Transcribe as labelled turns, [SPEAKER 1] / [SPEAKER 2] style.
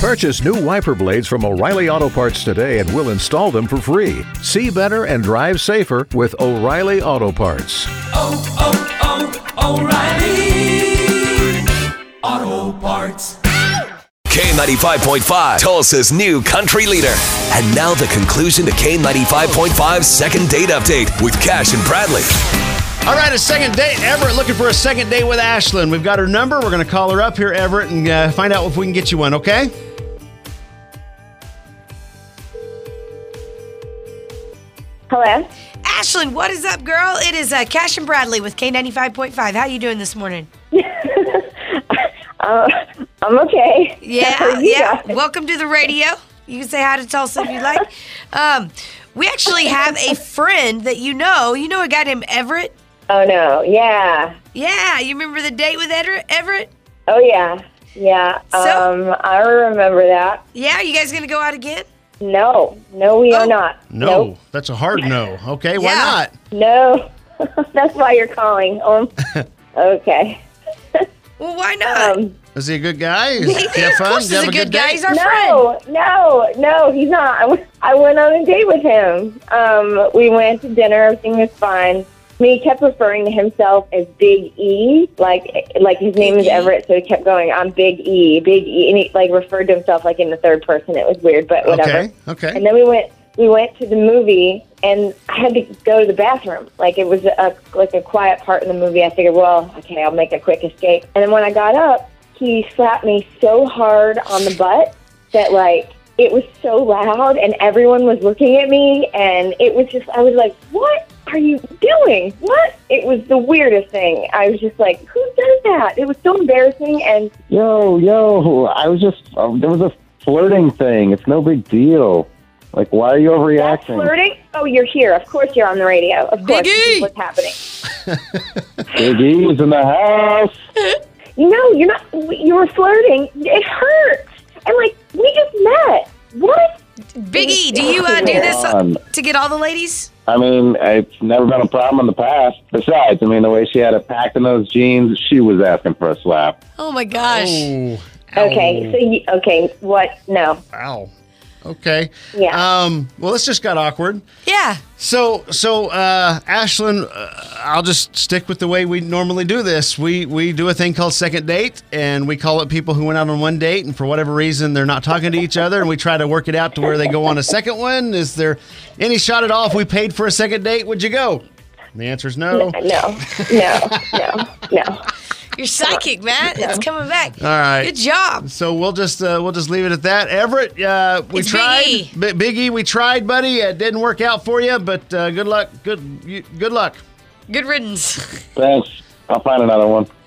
[SPEAKER 1] Purchase new wiper blades from O'Reilly Auto Parts today and we'll install them for free. See better and drive safer with O'Reilly Auto Parts.
[SPEAKER 2] Oh, oh, oh, O'Reilly Auto Parts.
[SPEAKER 3] K95.5, Tulsa's new country leader. And now the conclusion to K95.5's second date update with Cash and Bradley.
[SPEAKER 4] All right, a second date. Everett looking for a second date with Ashlyn. We've got her number. We're going to call her up here, Everett, and uh, find out if we can get you one, okay?
[SPEAKER 5] Hello.
[SPEAKER 6] Ashlyn, what is up, girl? It is uh, Cash and Bradley with K95.5. How you doing this morning?
[SPEAKER 5] Uh, I'm okay.
[SPEAKER 6] Yeah,
[SPEAKER 5] You
[SPEAKER 6] yeah.
[SPEAKER 5] got it.
[SPEAKER 6] Welcome to the radio. You can say hi to Tulsa if you like. Um, we actually have a friend that you know. You know a guy named Everett?
[SPEAKER 5] Oh no. Yeah.
[SPEAKER 6] Yeah, you remember the date with Eder- Everett?
[SPEAKER 5] Oh yeah. Yeah.
[SPEAKER 6] So-
[SPEAKER 5] um, I remember that.
[SPEAKER 6] Yeah, you guys gonna go out again?
[SPEAKER 5] No. No, we
[SPEAKER 6] Oh.
[SPEAKER 5] are not.
[SPEAKER 4] No,
[SPEAKER 5] Nope.
[SPEAKER 4] that's a hard no. Okay, why
[SPEAKER 6] Yeah.
[SPEAKER 4] not?
[SPEAKER 5] No. That's why you're calling. Um. okay.
[SPEAKER 6] Well, why not?
[SPEAKER 5] Um.
[SPEAKER 4] Is he a good guy? Is he have
[SPEAKER 6] of
[SPEAKER 4] fun?
[SPEAKER 6] course,
[SPEAKER 4] Did you
[SPEAKER 6] he's
[SPEAKER 4] have
[SPEAKER 6] a good guy.
[SPEAKER 4] date?
[SPEAKER 6] He's our friend.
[SPEAKER 5] No. No. No. He's not. I, w- I went on a date with him. Um. We went to dinner. Everything was fine. I mean, he kept referring to himself as Big E, like like his name is
[SPEAKER 6] E.
[SPEAKER 5] Everett, so he kept going, "I'm Big E, Big E," and he like referred to himself like in the third person. It was weird, but whatever.
[SPEAKER 4] Okay, okay.
[SPEAKER 5] And then we went we went to the movie, and I had to go to the bathroom. Like it was a like a quiet part in the movie. I figured, well, okay, I'll make a quick escape. And then when I got up, he slapped me so hard on the butt that like it was so loud, and everyone was looking at me, and it was just I was like, what are you doing? What? It was the weirdest thing. I was just like, who does that? It was so embarrassing, and
[SPEAKER 7] Yo, yo, I was just, um, there was a flirting thing. It's no big deal. Like, why are you
[SPEAKER 5] That's
[SPEAKER 7] overreacting?
[SPEAKER 5] flirting? Oh, you're here. Of course you're on the radio. Of course.
[SPEAKER 6] Big E.
[SPEAKER 5] This is What's happening?
[SPEAKER 7] Big E's in the house.
[SPEAKER 5] No, you're not. You were flirting. It hurts. And, like, we just met. What?
[SPEAKER 6] Biggie, do you uh, do this
[SPEAKER 7] Um,
[SPEAKER 6] to get all the ladies?
[SPEAKER 7] I mean, it's never been a problem in the past. Besides, I mean, the way she had it packed in those jeans, she was asking for a slap.
[SPEAKER 6] Oh my gosh.
[SPEAKER 4] Oh,
[SPEAKER 5] Okay. So, you, okay. What? No.
[SPEAKER 4] wow. Okay.
[SPEAKER 5] Yeah.
[SPEAKER 4] Um, well, this just got awkward.
[SPEAKER 6] Yeah.
[SPEAKER 4] So, so uh, Ashlyn, uh, I'll just stick with the way we normally do this. We we do a thing called second date, and we call it people who went out on one date, and for whatever reason they're not talking to each other, and we try to work it out to where they go on a second one. Is there any shot at all? If we paid for a second date, would you go? And the answer is no. All
[SPEAKER 5] No. No. No. No.
[SPEAKER 6] You're psychic, Matt. It's coming back.
[SPEAKER 4] right.
[SPEAKER 6] Good job.
[SPEAKER 4] So we'll just uh, we'll just leave it at that. Everett, uh, we
[SPEAKER 6] It's Big
[SPEAKER 4] tried,
[SPEAKER 6] E.
[SPEAKER 4] Bi- Big E, we tried, buddy. It didn't work out for you, but uh, good luck. Good you- good luck.
[SPEAKER 6] Good riddance.
[SPEAKER 7] Thanks. I'll find another one.